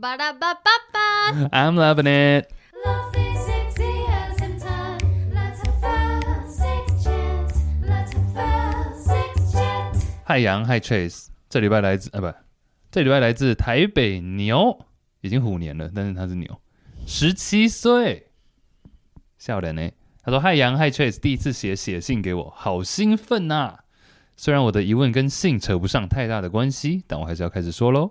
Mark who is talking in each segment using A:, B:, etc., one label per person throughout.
A: 巴拉巴巴巴。
B: I'm loving it.
C: Love is sexy as in time. Let's have a sex chat. Let's have a sex chat.
B: 嗨杨，嗨 Chase，这礼拜来自啊不，这礼拜来自台北牛，已经虎年了，但是他是牛，十七岁，笑脸呢？他说：“嗨杨，嗨 Chase，第一次写写信给我，好兴奋呐、虽然我的疑问跟性扯不上太大的关系，但我还是要开始说喽。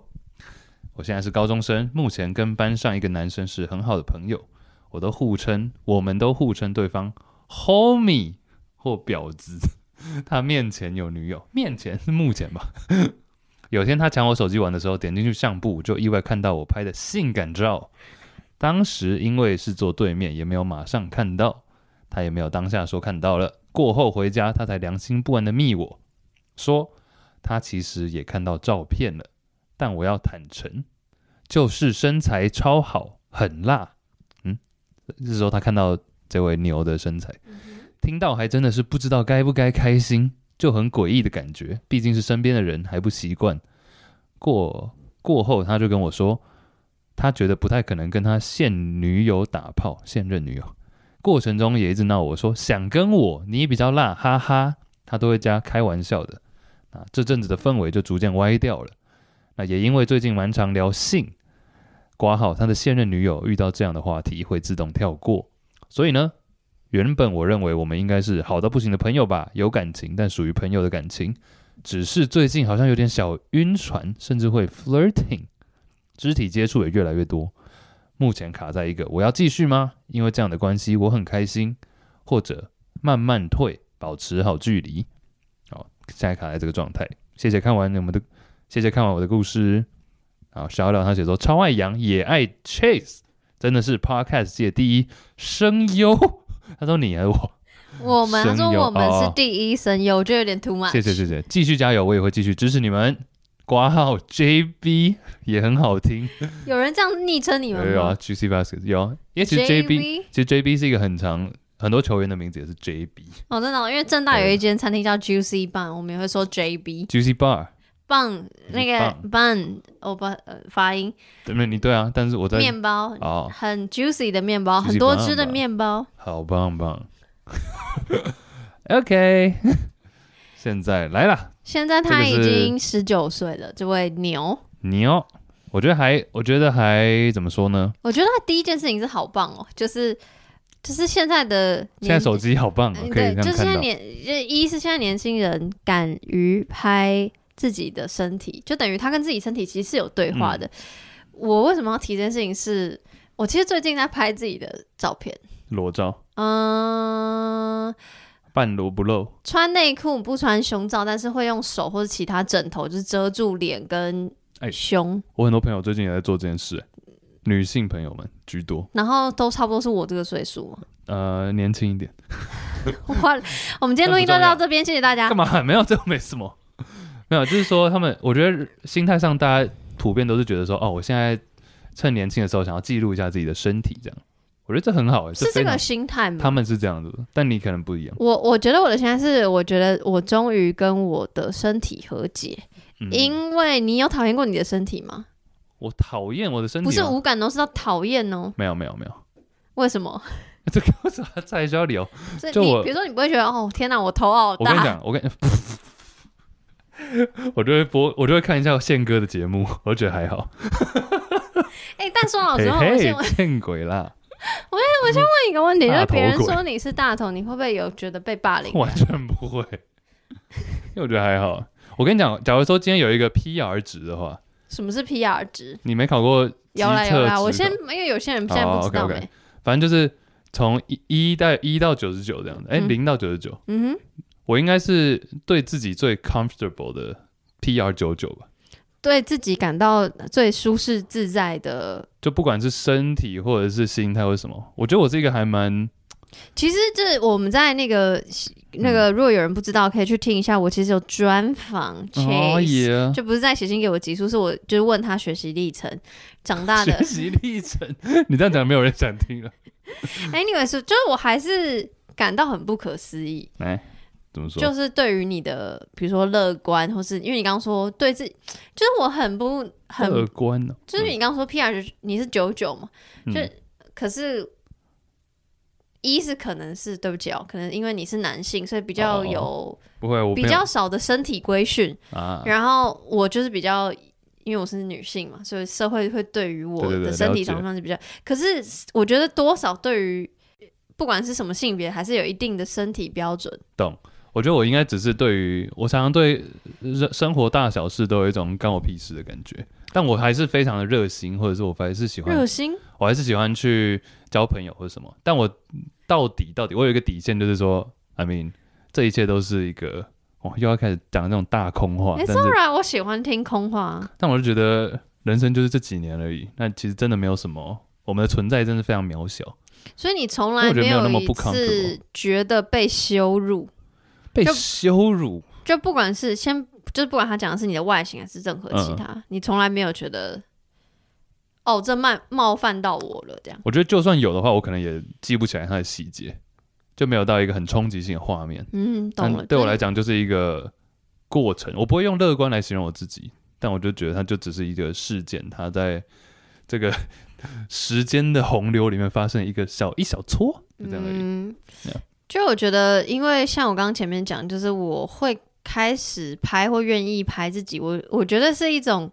B: 我现在是高中生，目前跟班上一个男生是很好的朋友，我都互称，我们都互称对方 homie 或婊子。”他面前有女友，面前是目前吧。 有天他抢我手机玩的时候，点进去相簿，就意外看到我拍的性感照。当时因为是坐对面，也没有马上看到，他也没有当下说看到了。过后回家，他才良心不安的密我说，他其实也看到照片了，但我要坦诚，就是身材超好，很辣。嗯，这时候他看到这位牛的身材，听到还真的是不知道该不该开心，就很诡异的感觉。毕竟是身边的人，还不习惯。过过后，他就跟我说，他觉得不太可能跟他现女友打炮，现任女友。过程中也一直闹我说想跟我，你比较辣，哈哈，他都会加开玩笑的。那这阵子的氛围就逐渐歪掉了。那也因为最近蛮常聊性，挂号他的现任女友遇到这样的话题会自动跳过，所以呢，原本我认为我们应该是好到不行的朋友吧，有感情，但属于朋友的感情。只是最近好像有点小晕船，甚至会 flirting，肢体接触也越来越多。目前卡在一个我要继续吗？因为这样的关系我很开心，或者慢慢退，保持好距离。好，现在卡在这个状态。谢谢看完我们的，谢谢看完我的故事。好，小廖他写说超爱羊，也爱 Chase，真的是 Podcast 界第一声优。他说你还是我？
A: 我们他
B: 声
A: 说
B: 优
A: 我们
B: 哦
A: 是第一声优，我觉得有点 too much。
B: 谢谢谢谢，继续加油，我也会继续支持你们。挂号 JB 也很好听，
A: 有人这样昵称你
B: 有
A: 们
B: 有啊
A: 吗
B: ，Juicy Basket 有啊，因为其实 JB 其实 JB 是一个很长，很多球员的名字也是 JB
A: 哦，真的哦、因为正大有一间餐厅叫 Juicy Bun，我们也会说 JB
B: Juicy Bar，
A: Bun，那个 Bun，我把呃发音
B: 对没你对啊，但是我在
A: 面包。
B: 哦，
A: 很 juicy 的面包，
B: Juicy
A: 很多汁的
B: bun 吧
A: 面包。
B: 好棒棒 ，OK，现在来了。
A: 现在他
B: 这
A: 已
B: 个是
A: 经十九岁了，这位牛，
B: 你哦，我觉得还，我觉得还怎么说呢？
A: 我觉得他第一件事情是好棒哦，就是就是现在的
B: 现在
A: 年
B: 手机好棒哦，
A: 嗯
B: 可
A: 对，
B: 以这
A: 就
B: 样
A: 是现
B: 看
A: 在
B: 到。
A: 年，就一是现在年轻人敢于拍自己的身体，就等于他跟自己身体其实是有对
B: 嗯
A: 话的。我为什么要提这件事情是？我其实最近在拍自己的照片，
B: 裸照，
A: 嗯、
B: 半裸不露，
A: 穿内裤不穿胸罩，但是会用手或者其他枕头就是遮住脸跟
B: 哎
A: 胸，
B: 我很多朋友最近也在做这件事，女性朋友们居多，
A: 然后都差不多是我这个岁数嘛。
B: 呃，年轻一点。
A: 哇，我们今天录音就到这边，谢谢大家
B: 干。嘛？没 有，这没什么，没有，就是说他们，我觉得心态上大家普遍都是觉得说，哦，我现在趁年轻的时候想要记录一下自己的身体，这样，我觉得这很好、欸，
A: 是
B: 非
A: 这
B: 常
A: 个心态吗？
B: 他们是这样子的，但你可能不一样。
A: 我我觉得我的现在是，我觉得我终于跟我的身体和解，
B: 嗯、
A: 因为你有讨厌过你的身体吗？
B: 我讨厌我的身
A: 不
B: 体吗，
A: 是无感哦，是到讨厌哦。
B: 没有没有没有，
A: 为什么？
B: 这个我啥才需要聊？
A: 所以
B: 就
A: 你
B: 我
A: 比如说你不会觉得哦，天哪，我头好
B: 哦我跟你
A: 大，
B: 讲，我跟我就会播，我就会看一下宪哥的节目，我觉得还好。
A: 哎、但说老
B: 嘿
A: 实话，我先
B: 嘿
A: 问，
B: 见鬼啦！
A: 问一个问题，就
B: 大
A: 是
B: 头
A: 别人
B: 鬼
A: 说你是大头，你会不会有觉得被霸凌？
B: 完全不会，因为我觉得还好。我跟你讲，假如说今天有一个 PR 值的话，
A: 什么是 PR 值？
B: 你没考过机
A: 有啦有
B: 测
A: 啦，我
B: 值
A: 先
B: 考
A: 因为有些人现在
B: 哦
A: 不知道没、欸
B: OK，OK 反正就是从一一到一到九十九这样的，哎、
A: 嗯
B: 零到九十九，
A: 嗯哼，
B: 我应该是对自己最 comfortable 的 PR 九九吧。
A: 对自己感到最舒适自在的
B: 就不管是身体或者是心态或者什么，我觉得我是一个还蛮
A: 其实这我们在那个那个，
B: 嗯
A: 如果有人不知道，可以去听一下。我其实有专访
B: 哦
A: Chase，、
B: 耶
A: 就不是在写信给我集数，是我就是问他学习历程、长大的
B: 学习历程。你这样讲没有人想听了。
A: anyway，是就是我还是感到很不可思议。
B: 来，怎么说？
A: 就是对于你的，比如说乐观，或是因为你刚刚说对自己，就是我很不很，
B: 乐观哦，
A: 就是你刚刚说 P R 你是九九嘛，
B: 嗯
A: 就是可是一是可能是对不起哦，可能因为你是男性，所以比
B: 哦
A: 较
B: 哦
A: 有、
B: 不会，我
A: 比
B: 没有
A: 较少的身体规训，
B: 啊，
A: 然后我就是比较，因为我是女性嘛，所以社会会对于我
B: 对对对
A: 的身体
B: 了解
A: 状况是比较。可是我觉得多少对于不管是什么性别，还是有一定的身体标准。
B: 我觉得我应该只是对于我常常对呃生活大小事都有一种干我屁事的感觉，但我还是非常的热心，或者是我还是喜欢
A: 热心
B: 我还是喜欢去交朋友或者什么，但我到底到底，我有一个底线，就是说，I mean，这一切都是一个，哦，又要开始讲那种大空话，
A: ，It's
B: 但是
A: alright，我喜欢听空话。啊
B: 但我就觉得人生就是这几年而已，那其实真的没有什么，我们的存在真的非常渺小，
A: 所以你从来
B: 我觉得没有那么
A: 一
B: 不
A: 次
B: comfortable
A: 觉得被羞辱，
B: 被
A: 就
B: 羞辱，
A: 就不管是先，就是不管他讲的是你的外形还是任何其
B: 嗯
A: 他，你从来没有觉得，哦，这冒冒犯到我了这样。
B: 我觉得就算有的话，我可能也记不起来它的细节，就没有到一个很冲击性的画面。
A: 嗯，懂了。
B: 但对我
A: 就是
B: 来讲就是一个过程，我不会用乐观来形容我自己，但我就觉得它就只是一个事件，它在这个 时间的洪流里面发生一个小一小撮，就这样而已。
A: 嗯
B: Yeah，
A: 就我觉得，因为像我刚刚前面讲，就是我会开始拍或愿意拍自己，我我觉得是一种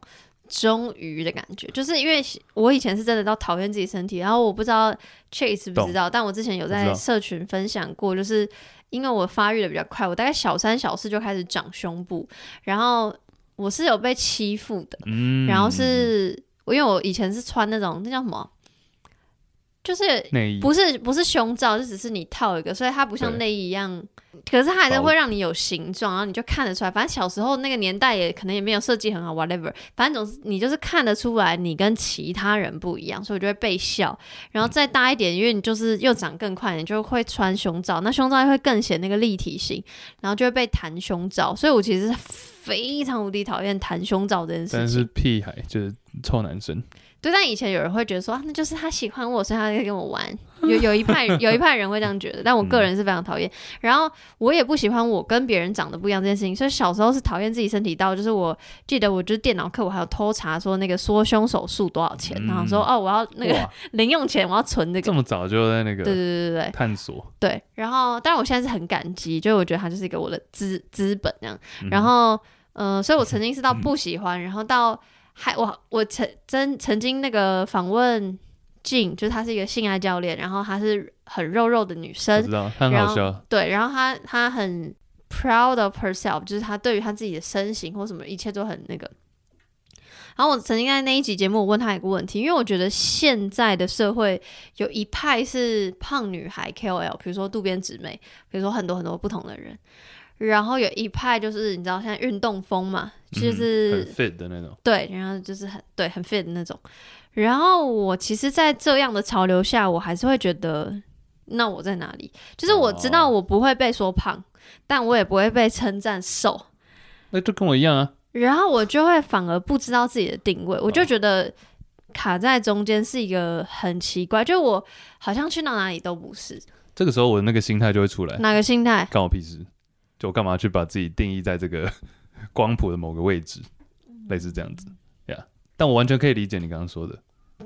A: 终于的感觉，就是因为我以前是真的到讨厌自己身体，然后我不知道 Chase 知不知道，但我之前有
B: 我知
A: 在
B: 道
A: 社群分享过，就是因为我发育的比较快，我大概小三小四就开始长胸部，然后我是有被欺负的，
B: 嗯
A: 然后是、我因为我以前是穿那种那叫什么，就是
B: 内衣，
A: 不是不是胸罩，就只是你套一个，所以它不像
B: 对
A: 内衣一样，可是它还是
B: 薄
A: 会让你有形状，然后你就看得出来。反正小时候那个年代也可能也没有设计很好，whatever，反正总是你就是看得出来你跟其他人不一样，所以我就会被笑。然后
B: 嗯
A: 再大一点，因为你就是又长更快，你就会穿胸罩，那胸罩会更显那个立体性，然后就会被弹胸罩。所以我其实非常无敌讨厌弹胸罩这件事情。
B: 但是屁孩就是臭男生，
A: 对，但以前有人会觉得说，啊、那就是他喜欢我，所以他在跟我玩。有有一 派有一派人会这样觉得，但我个人是非常讨
B: 嗯
A: 厌。然后我也不喜欢我跟别人长得不一样这件事情，所以小时候是讨厌自己身体到，就是我记得我就是电脑课，我还有偷查说那个缩胸手术多少钱，
B: 嗯
A: 然后说哦，我要那个
B: 哇，
A: 零用钱，我要存这个
B: 这。么早就在那
A: 对对
B: 个
A: 对对对
B: 探索，
A: 对。然后，但我现在是很感激，就是我觉得它就是一个我的资资本这样。
B: 嗯
A: 然后，呃，所以我曾经是到不喜欢，然后到还我我曾曾曾经那个访问静，就是她是一个性爱教练，然后她是很肉肉的女
B: 我
A: 生
B: 知，道，他很好笑，
A: 对，呃然后她她很 proud of herself，就是她对于她自己的身形或什么一切都很那个。然后我曾经在那一集节目，我问她一个问题，因为我觉得现在的社会有一派是胖女孩 KOL，比如说渡边直美，比如说很多很多不同的人，然后有一派就是你知道现在运动风嘛，就
B: 嗯
A: 是、
B: 很 fit 的那种，
A: 对，然后就是很对很 fit 的那种。然后我其实，在这样的潮流下，我还是会觉得，那我在哪里？就是我知道
B: 哦
A: 我不会被说胖，但我也不会被称赞瘦，
B: 那就跟我一样啊，
A: 然后我就会反而不知道自己的定位，我就觉得卡在中间是一个很奇怪，就我好像去到哪里都不是，
B: 这个时候我的那个心态就会出来，
A: 哪个心态？
B: 干我屁事，就我干嘛去把自己定义在这个 光谱的某个位置，
A: 嗯
B: 类似这样子呀。Yeah，但我完全可以理解你刚刚说的，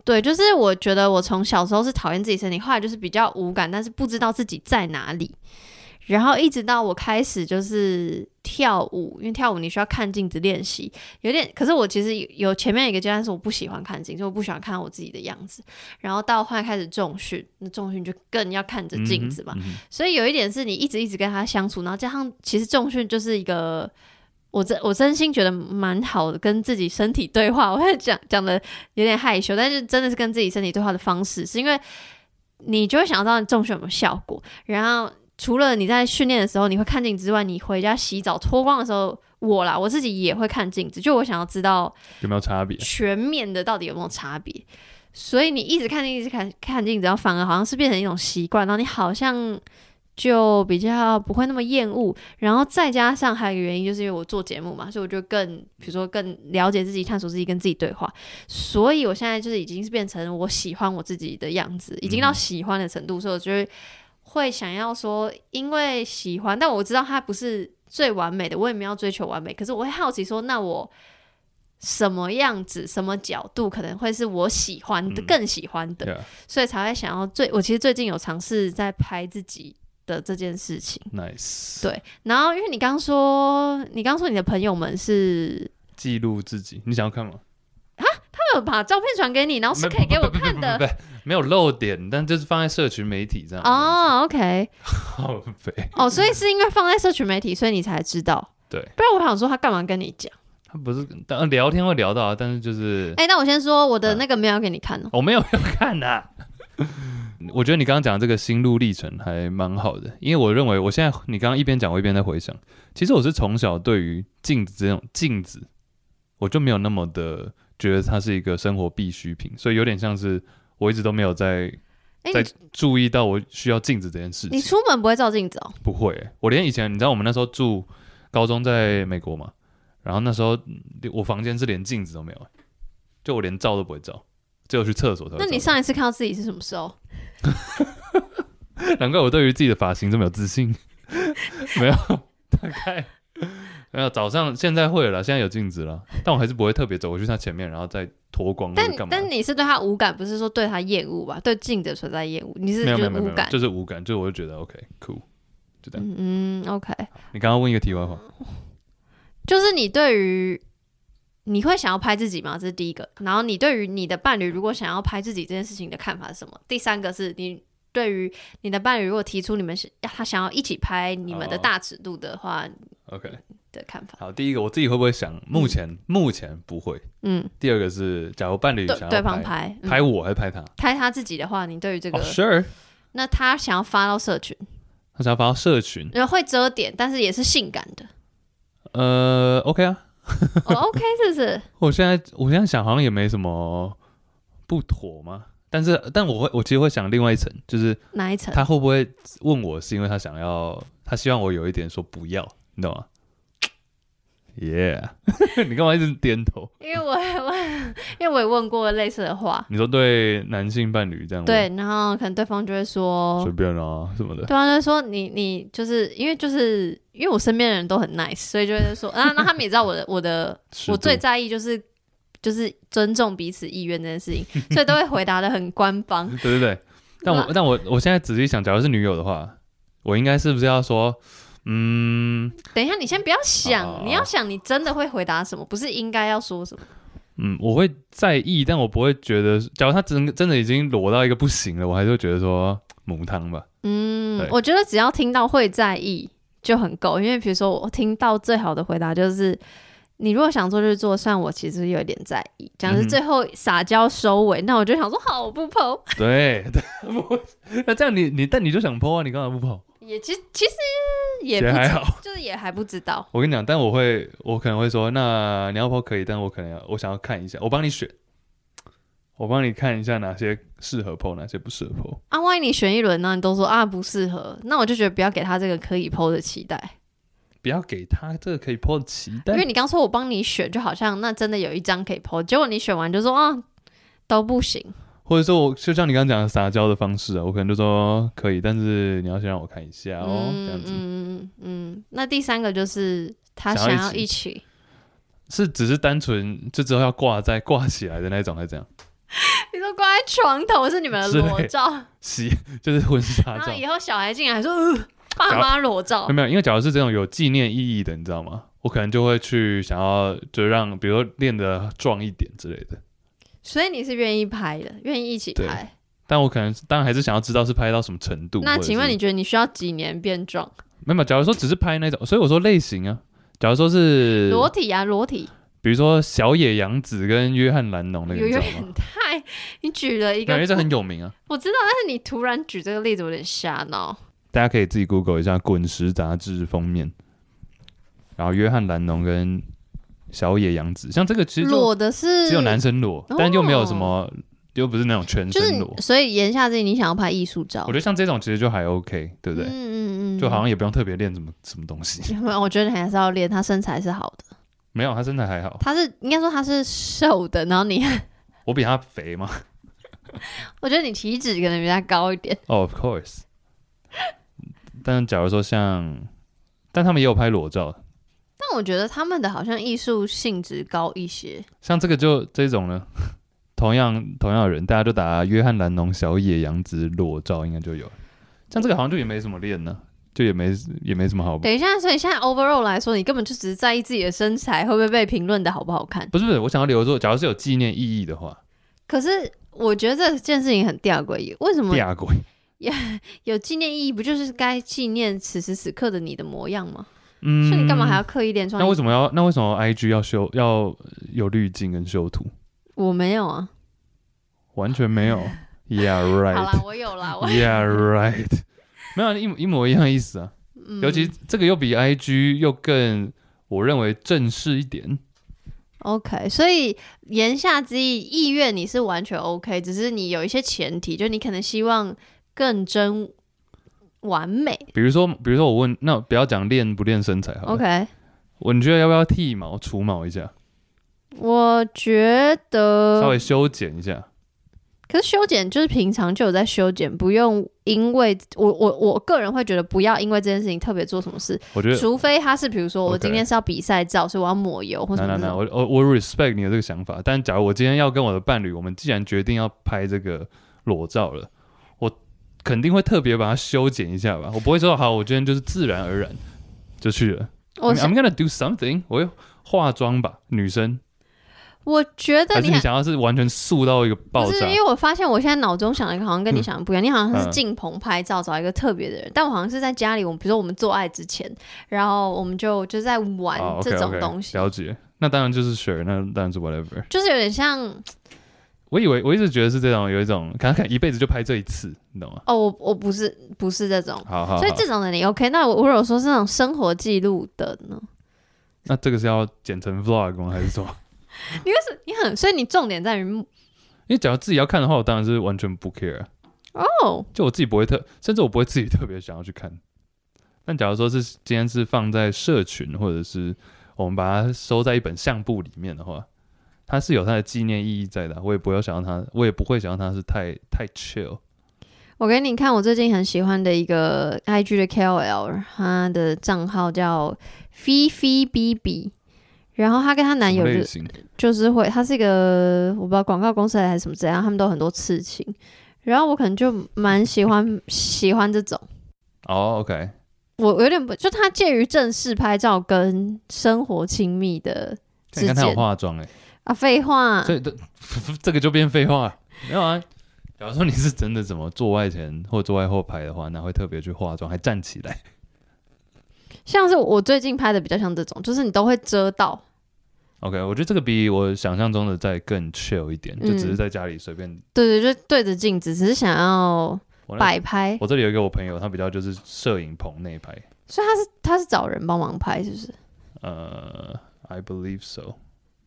A: 对，就是我觉得我从小时候是讨厌自己身体，后来就是比较无感，但是不知道自己在哪里。然后一直到我开始就是跳舞，因为跳舞你需要看镜子练习，有点。可是我其实有有前面有一个阶段是我不喜欢看镜，就我不喜欢看我自己的样子。然后到后来开始重训，那重训就更要看着镜子嘛。
B: 嗯哼，嗯哼
A: 所以有一点是你一直一直跟他相处，然后加上其实重训就是一个，我真我真心觉得蛮好的，跟自己身体对话。我会讲讲的有点害羞，但是真的是跟自己身体对话的方式，是因为你就会想到你重训有没有效果，然后。除了你在训练的时候你会看镜子之外，你回家洗澡脱光的时候，我啦我自己也会看镜子，就我想要知道
B: 有没有差别？
A: 全面的到底有没有差别？所以你一直看镜，一直看看镜子，然后反而好像是变成一种习惯，然后你好像就比较不会那么厌恶。然后再加上还有一个原因，就是因为我做节目嘛，所以我就更，比如说更了解自己，探索自己，跟自己对话。所以我
B: 嗯
A: 现在就是已经是变成我喜欢我自己的样子，已经到喜欢的程度，所以我就会会想要说，因为喜欢，但我知道它不是最完美的，我也没有追求完美。可是我会好奇说，那我什么样子、什么角度可能会是我喜欢的、
B: 嗯
A: 更喜欢的，所以才会想要最。我其实最近有尝试在拍自己的这件事情。
B: ，nice，
A: 对然后，因为你刚说，你刚说你的朋友们是
B: 记录自己，你想要看吗？
A: 他们有把照片传给你，然后是可以给我看的
B: 不，不不不不不没有漏点，但就是放在社群媒体这样。
A: 哦。OK，
B: 好肥，
A: 哦，所以是因为放在社群媒体，所以你才知道。
B: 对
A: 不然我想说他干嘛跟你讲？
B: 他不是，当然聊天会聊到啊，但是就是
A: 哎、那我先说我的
B: 嗯
A: 那个没有给你看哦。
B: 我没有 要看呐、我觉得你刚刚讲这个心路历程还蛮好的，因为我认为我现在你刚刚一边讲，我一边在回想，其实我是从小对于镜子这种镜子，我就没有那么的觉得它是一个生活必需品，所以有点像是我一直都没有在
A: 哎、
B: 在
A: 你
B: 注意到我需要镜子这件事
A: 你
B: 情。
A: 出门不会照镜子哦？
B: 不会欸、我连以前你知道我们那时候住高中在美国嘛，然后那时候嗯我房间是连镜子都没有欸、就我连照都不会照，只有去厕所才会照嗯
A: 那
B: 到。
A: 你上一次看到自己是什么时候？
B: 难怪我对于自己的发型这么有自信。 没有，大概没有。早上现在会了啦，现在有镜子了，但我还是不会特别走过去它前面，然后再脱光或
A: 但
B: 者干嘛。
A: 但你是对他无感，不是说对他厌恶吧？对镜子的存在厌恶，你是
B: 没
A: 就
B: 有
A: 是
B: 没有没有没
A: 无
B: 有，
A: 感。
B: 就是无感，就是我就觉得 OK cool，就这样。
A: 嗯嗯，OK，
B: 你刚刚问一个题外话，
A: 就是你对于你会想要拍自己吗？这是第一个。然后你对于你的伴侣如果想要拍自己这件事情的看法是什么？第三个是你对于你的伴侣如果提出你们是他想要一起拍你们的
B: 哦
A: 大尺度的话
B: OK，
A: 的看法。
B: 好，第一个我自己会不会想？目前、目前不会。
A: 嗯，
B: 第二个是，假如伴侣
A: 对
B: 想要
A: 对方
B: 拍
A: 拍嗯
B: 拍我还是拍他？
A: 拍他自己的话，你对于这个
B: 哦、，Sure，
A: 那他想要发到社群，
B: 他想要发到社群，
A: 然后会遮点，但是也是性感 的。
B: 呃，OK 啊，
A: 哦、o k 是不是？
B: 我现在我现在想好像也没什么不妥嘛，但是但我会我其实会想另外一层，就是
A: 哪一层？
B: 他会不会问我是因为他想要他希望我有一点说不要，你懂吗？Yeah，你 干嘛一直点头？
A: 因为我 我因为我也问过类似的话，
B: 你说对男性伴侣这样
A: 对，然后可能对方就会说
B: 问嗯随便啊什么的，
A: 对啊，他就说你你就是因为就是因为我身边的人都很 nice，所以就会说，啊，那他们也知道我的 我的
B: 尺
A: 我
B: 度
A: 最在意就是就是尊重彼此意愿这件事 情，所以都会回答的很官方。
B: 对对对，但我
A: 那
B: 但我我现在仔细想，假如是女友的话，我应该是不是要说嗯
A: 等一下，你先不要想，
B: 哦
A: 你要想你真的会回答什么，不是应该要说什么。
B: 嗯，我会在意，但我不会觉得，假如他真真的已经裸到一个不行了，我还是会觉得说母汤吧。
A: 嗯
B: 对，
A: 我觉得只要听到会在意就很够，因为比如说我听到最好的回答就是。你如果想做就做，虽然我其实有点在意，讲的
B: 嗯
A: 是
B: 哼
A: 最后撒娇收尾，那我就想说好，我不剖，
B: 对，不那这样你你但你就想剖啊，你干嘛不剖？
A: 也其实其实也
B: 觉
A: 不
B: 得还
A: 知
B: 好。
A: 就是也还不知道。
B: 我跟你讲，但我会，我可能会说，那你要剖可以，但我可能要，我想要看一下，我帮你选，我帮你看一下哪些适合剖，哪些不适合剖。
A: 啊，万一你选一轮呢，你都说啊不适合，那我就觉得不要给他这个可以剖的期待，
B: 不要给他这个可以剖的期
A: 因
B: 待
A: 为。你刚说我帮你选，就好像那真的有一张可以剖，结果你选完就说啊都不行，
B: 或者说我就像你刚刚讲的撒娇的方式啊，我可能就说可以，但是你要先让我看一下哦，这
A: 嗯
B: 样子。
A: 嗯嗯嗯。那第三个就是他
B: 想
A: 想
B: 要
A: 要
B: 一
A: 一起，
B: 是只是单纯就之后要挂在挂起来的那种，还是怎样？
A: 你说挂在床头是你们
B: 之
A: 的
B: 类
A: 裸 照，
B: 洗就是婚纱
A: 然
B: 照
A: 后，以后小孩进来说、 呃、爸
B: 搞
A: 妈裸照
B: 没有，没有？因为假如是这种有纪念意义的，你知道吗？我可能就会去想要就让，比如说练得壮一点之类的。
A: 所以你是愿意拍的，愿意一起
B: 对
A: 拍。
B: 但我可能当然还是想要知道是拍到什么程度。
A: 那
B: 或者
A: 请问
B: 是
A: 你觉得你需要几年变壮？
B: 没有没有？假如说只是拍那种，所以我说类型啊。假如说是，
A: 裸体啊，裸体。
B: 比如说小野洋子跟约翰兰农那个，
A: 有
B: 你知
A: 有
B: 道吗
A: 点？太，欸你举了一
B: 没有
A: 个
B: 因为这
A: 不，
B: 很有名啊，
A: 我知道，但是你突然举这个例子有点瞎闹。
B: 大家可以自己 Google 一下《滚石》杂志封面，然后约翰兰农跟小野洋子，像这个其实就
A: 裸的是
B: 只有男生裸，
A: 哦
B: 但又没有什么，又不是那种全
A: 就是
B: 身
A: 你
B: 裸。
A: 所以言下之意，你想要拍艺术照，
B: 我觉得像这种其实就还 OK，对不
A: 嗯
B: 对？
A: 嗯嗯，嗯
B: 就好像也不用特别练什么什么东西，
A: 像 我觉得你还是要练，他身材是好的，
B: 没有，他身材还好。
A: 他是应该说他是瘦的，然后你，
B: 我比他肥嘛
A: 我觉得你体脂可能比他高一点，
B: 哦，Of Oh, course，但假如说像，但他们也有拍裸照，
A: 但我觉得他们的好像艺术性质高一些，
B: 像这个就这种呢，同样同样的人，大家就打约翰·兰农、小野洋子裸照，应该就有了。像这个好像就也没什么练呢、就也没也没什么好。
A: 等一下，所以现在 overall 来说，你根本就只是在意自己的身材会不会被评论的好不好看。
B: 不是不是，我想要留作，假如是有纪念意义的话，
A: 可是我觉得这件事情很吊诡，为什么
B: 第二鬼。
A: 有纪念意义？不就是该纪念此时此刻的你的模样吗？
B: 嗯，
A: 所以你干嘛还要刻意练妆？
B: 那为什么要？那为什么 IG 要修要呃有滤镜跟修图？
A: 我没有啊。
B: 完全没 有。Yeah
A: 好
B: right.
A: 啦，我有啦，我
B: Yeah right. 没有啊一模一模一样的意思啊。
A: 嗯
B: 尤其这个又比 IG 又更，我认为正式一点。
A: OK，所以言下之意，意愿你是完全 OK，只是你有一些前提，就你可能希望更真完美。
B: 比如说，比如说我问，那不要讲练不练身材好了。
A: OK，
B: 我你觉得要不要剃毛、除毛一下，
A: 我觉
B: 稍
A: 得，
B: 微修剪一下？
A: 可是修剪就是平常就有在修剪，不用因为我我我个人会觉得不要因为这件事情特别做什么事，
B: 我觉得，
A: 除非他是比如说我
B: OK
A: 今天是要比赛照，所以我要抹油或
B: 那
A: 什
B: 那
A: 么
B: 那，
A: 的。
B: 我我我 respect 你的这个想法。但假如我今天要跟我的伴侣，我们既然决定要拍这个裸照了，我肯定会特别把它修剪一下吧。我不会说好，我今天就是自然而然就去了。
A: 我
B: I'm
A: 是
B: I'm gonna do something，我会化妆吧，女生，
A: 我觉得
B: 还是
A: 你
B: 你
A: 还
B: 想要是完全塑到一个爆
A: 不是，
B: 炸
A: 因？为我发现我现在脑中想的好像跟你想的不一样。你好像是
B: 嗯
A: 进棚拍照，找一个特别的人，但我好像是在家里，我们比如说我们做爱之前，然后我们就就在玩
B: 哦
A: 这种
B: OK，OK，
A: 东西，
B: 了解。那当然就是 sure，那当然是 whatever。
A: 就是有点像
B: 我以为我一直觉得是这种有一种，看看一辈子就拍这一次，你懂吗？
A: 哦，我我不是不是这种，
B: 好好好，
A: 所以这种的你 OK。那我我如果说是那种生活记录的呢？
B: 那这个是要剪成 vlog 吗？还是什么？
A: 你为什么你很？所以你重点在于
B: 因为假如自己要看的话，我当然是完全不 care，啊
A: 哦，
B: 就我自己不会特，甚至我不会自己特别想要去看。但假如说是今天是放在社群，或者是我们把它收在一本相簿里面的话，它是有它的纪念意义在的啊。我也不要想要它，我也不会想要它是太太 chill。
A: 我给你看我最近很喜欢的一个 IG 的 KOL，他的账号叫菲菲 BB，然后她跟她男
B: 什么
A: 友就
B: 类型
A: 就是会，她是一个我不知道广告公司还是什么怎样，他们都有很多刺青，然后我可能就蛮喜欢喜欢这种，
B: 哦，OK、o k
A: 我有点不就他介于正式拍照跟生活亲密的
B: 你
A: 之
B: 看他有
A: 间
B: 化妆哎、
A: 啊，废话，
B: 所以这 这个就变废话。没有啊，假如说你是真的怎么做爱前或做爱后排的话，那会特别去化妆，还站起来。
A: 像是我最近拍的比较像这种，就是你都会遮到，
B: OK，我觉得这个比我想象中的再更 chill 一
A: 嗯
B: 点，就只是在家里随便。
A: 对对，就对着镜子，只是想要
B: 我那
A: 摆拍。
B: 我这里有一个我朋友，他比较就是摄影棚那一排，
A: 所以他是他是找人帮忙拍，是不是？
B: 呃，I believe so，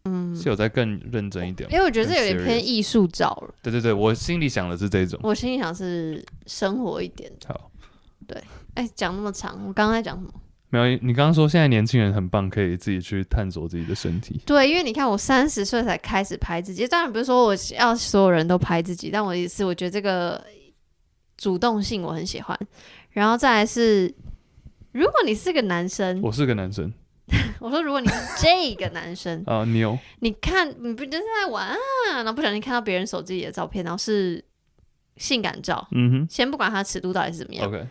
A: 嗯，
B: 是有在更认真一点吗。
A: 因为我觉得这有点偏
B: serious
A: 艺术照了。
B: 对对对，我心里想的是这种。
A: 我心里想是生活一点的。
B: 好，
A: 哎，讲那么长，我刚刚在讲什么？
B: 没有，你刚刚说现在年轻人很棒，可以自己去探索自己的身体。
A: 对，因为你看，我三十岁才开始拍自己，当然不是说我要所有人都拍自己，但我也是，我觉得这个主动性我很喜欢。然后再来是，如果你是个男生，
B: 我是个男生
A: 我说如果你是这个男 生，
B: 啊，你有
A: 你看你不就是在玩啊，然后不小心看到别人手机里的照片，然后是性感照，
B: 嗯
A: 先不管它尺度到底是怎么
B: 哼
A: 样，
B: ，OK，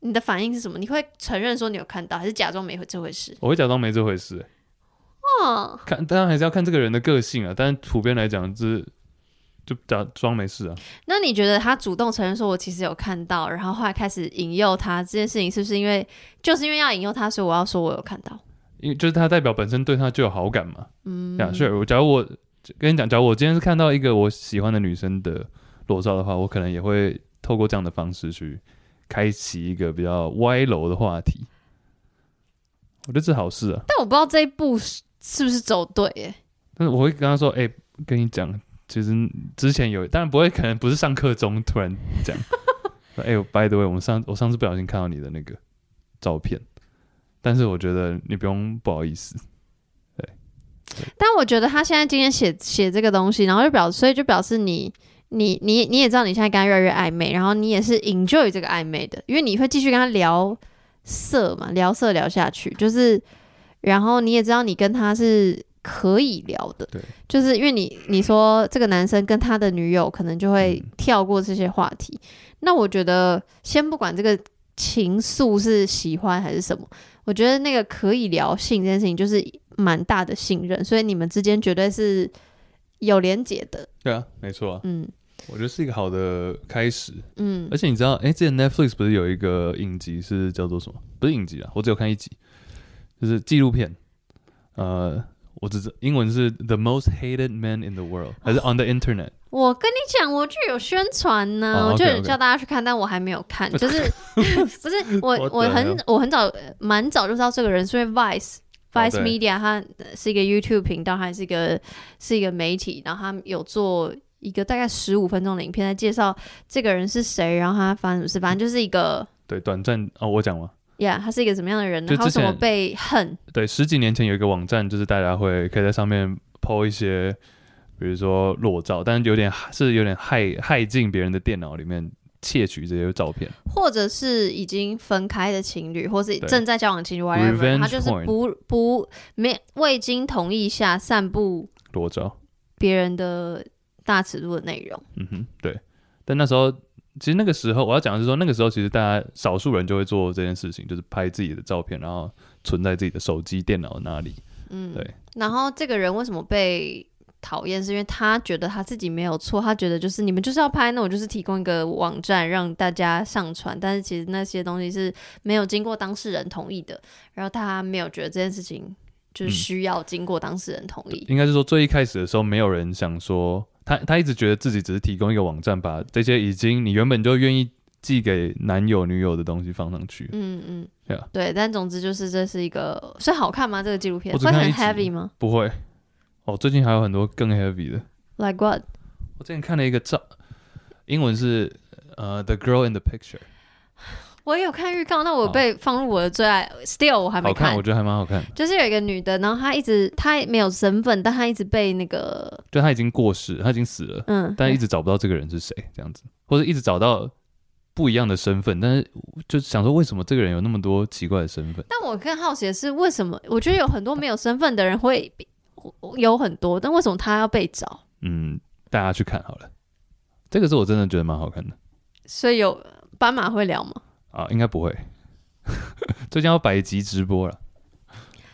A: 你的反应是什么？你会承认说你有看到，还是假装没这回事？
B: 我会假装没这回事、欸
A: 哦，
B: 看当然还是要看这个人的个性啊，但是普遍来讲就是就假装没事啊。
A: 那你觉得他主动承认说我其实有看到，然后后来开始引诱他这件事情，是不是因为就是因为要引诱他，所以我要说我有看到？
B: 因为就是他代表本身对他就有好感嘛。
A: 嗯
B: 这样，所以我假如我跟你讲，假如我今天是看到一个我喜欢的女生的裸照的话，我可能也会透过这样的方式去开启一个比较歪楼的话题。我觉得这好事啊，
A: 但我不知道这一步是是不是走对耶？
B: 但是我会跟他说：“哎、跟你讲，其实之前有，当然不会，可能不是上课中突然讲。 说哎、我 b y the way，我们上我上次不小心看到你的那个照片，但是我觉得你不用不好意思。”
A: 但我觉得他现在今天写写这个东西，然后就表，所以就表示你你你你也知道你现在跟他越来越暧昧，然后你也是 enjoy 这个暧昧的，因为你会继续跟他聊色嘛，聊色聊下去，就是然后你也知道你跟他是可以聊的
B: 对，
A: 就是因为你你说这个男生跟他的女友可能就会跳过这些话题，那我觉得先不管这个情愫是喜欢还是什么，我觉得那个可以聊性这件事情就是蛮大的信任，所以你们之间绝对是有连结的，
B: 对啊，没错啊，
A: 嗯
B: 我觉得是一个好的开始。
A: 嗯
B: 而且你知道，哎、之前 Netflix 不是有一个影集是叫做什么？不是影集啊，我只有看一集，就是纪录片。呃，我只知英文是 The Most Hated Man in the World，还是 On the Internet？
A: 我跟你讲，我就有宣传呢、
B: 哦
A: 我就有
B: OK，OK
A: 叫大家去看，但我还没有 看，就是不是我
B: What the
A: 我很
B: hell？
A: 我很早呃蛮早就知道这个人，是因为 Vice。
B: 哦
A: Vice
B: 对
A: Media 它呃是一个 YouTube 频道，还是一个是一个媒体，然后他们有做一个大概十五分钟的影片，在介绍这个人是谁，然后他发生什么事，反正就是一个
B: 对，短暂哦，我讲了。
A: ，Yeah，他是一个怎么样的人，
B: 就
A: 然后
B: 之
A: 怎么
B: 前
A: 被恨，
B: 对，十几年前有一个网站，就是大家会可以在上面 PO 一些，比如说裸照，但是有点是有点害害进别人的电脑里面窃取这些照片。
A: 或者是已经分开的情侣，或是
B: 对
A: 正在交往的情侣，whatever，
B: Revenge
A: 他就是
B: porn
A: 不不没未经同意下散布
B: 裸照，
A: 别人的大尺度的内容。
B: 嗯哼，对。但那时候，其实那个时候我要讲的是说，那个时候其实大家少数人就会做这件事情，就是拍自己的照片，然后存在自己的手机、电脑那里。
A: 嗯，
B: 对。
A: 然后这个人为什么被讨厌？是因为他觉得他自己没有错，他觉得就是你们就是要拍，那我就是提供一个网站让大家上传，但是其实那些东西是没有经过当事人同意的，然后他没有觉得这件事情就是
B: 嗯
A: 需要经过当事人同意。
B: 应该是说，最一开始的时候，没有人想说他，他一直觉得自己只是提供一个网站，把这些已经你原本就愿意寄给男友、女友的东西放上去。
A: 嗯嗯
B: Yeah
A: 对，但总之就是这是一个是好看吗？这个纪录片
B: 我只
A: 会
B: 看
A: 很
B: 一集
A: heavy 吗
B: 不会，哦，最近还有很多更 heavy 的。
A: ？Like what？
B: 我之前看了一个照，英文是呃，《The Girl in the Picture》，
A: 我有看预告，那我被放入我的最爱。Still，我还没
B: 哦好看，我觉得还蛮好看的。
A: 就是有一个女的，然后她一直她没有身份，但她一直被那个
B: 就他已经过世，他已经死了，
A: 嗯，
B: 但一直找不到这个人是谁，这样子，或者一直找到不一样的身份，但是就想说为什么这个人有那么多奇怪的身份？
A: 但我更好奇的是，为什么我觉得有很多没有身份的人会有很多，但为什么她要被找？
B: 嗯，大家去看好了，这个是我真的觉得蛮好看的
A: 所以有斑马会聊吗？
B: 啊，应该不会， 最近要百集直播了，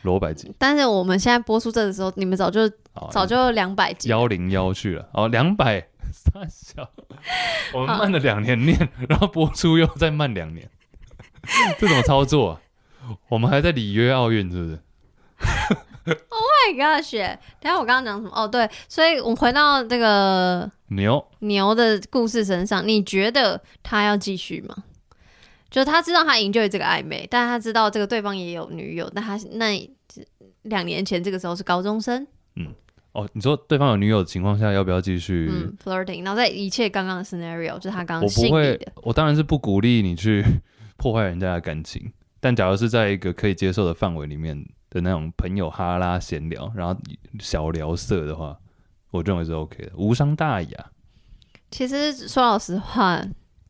B: 罗百集，
A: 但是我们现在播出这的时候，你们早就
B: 啊
A: 早就两百集了，
B: 幺零幺去了，哦，两百三小， 我们慢了两年念，然后播出又再慢两 年，这怎么操作啊？我们还在里约奥运是不是？
A: Oh my gosh！耶等一下我刚刚讲什么？哦，对，所以我们回到这个
B: 牛。
A: 牛的故事身上，你觉得他要继续吗？就是他知道他 enjoy 这个暧昧，但他知道这个对方也有女友，但他那两年前这个时候是高中生，
B: 哦，你说对方有女友的情况下，要不要继续？
A: 嗯，flirting，然后在一切刚刚的 scenario，就是他刚刚
B: 我不
A: 心里
B: 会
A: 的，，
B: 我当然是不鼓励你去破坏人家的感情。但假如是在一个可以接受的范围里面的那种朋友哈拉闲聊，然后小聊色的话，我认为是 OK 的，无伤大雅。
A: 其实说老实话，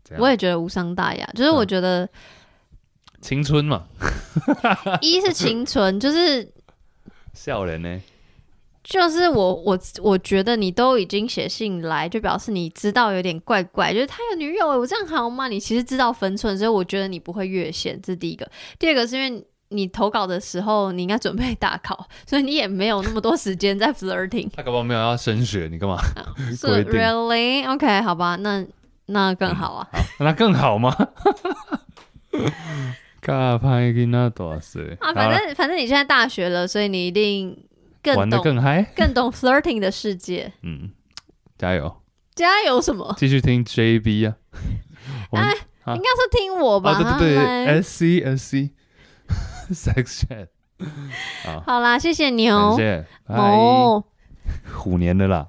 B: 这样
A: 我也觉得无伤大雅，就是我觉 得
B: 青春嘛，
A: 一是清纯，就是
B: 笑人呢、。
A: 就是我我我觉得你都已经写信来，就表示你知道有点怪怪，就是他有女友、欸，我这样好吗？你其实知道分寸，所以我觉得你不会越线，这是第一个。第二个是因为你投稿的时候你应该准备 大考，所以你也没有那么多时间在 flirting
B: 他搞不好没有要升学，你干 嘛？
A: 是
B: 规定
A: really OK？好吧，那那更好啊。
B: 那更 好吗？尬拍给那多岁
A: 啊，反正反正你现在大学了，所以你一定
B: 玩
A: 更
B: 的
A: 懂
B: 更嗨，
A: 更懂 flirting 的世界。
B: 嗯，加油。
A: 加油什么？
B: 继续听 JB 啊，我们
A: 应
B: 啊
A: 该是听哎我吧。
B: 哦对对
A: 来
B: 对，SC SC Sex Chat，
A: 好啦，谢谢哦
B: 感
A: 牛。
B: 谢，拜，
A: 哦，
B: 哎虎年的啦，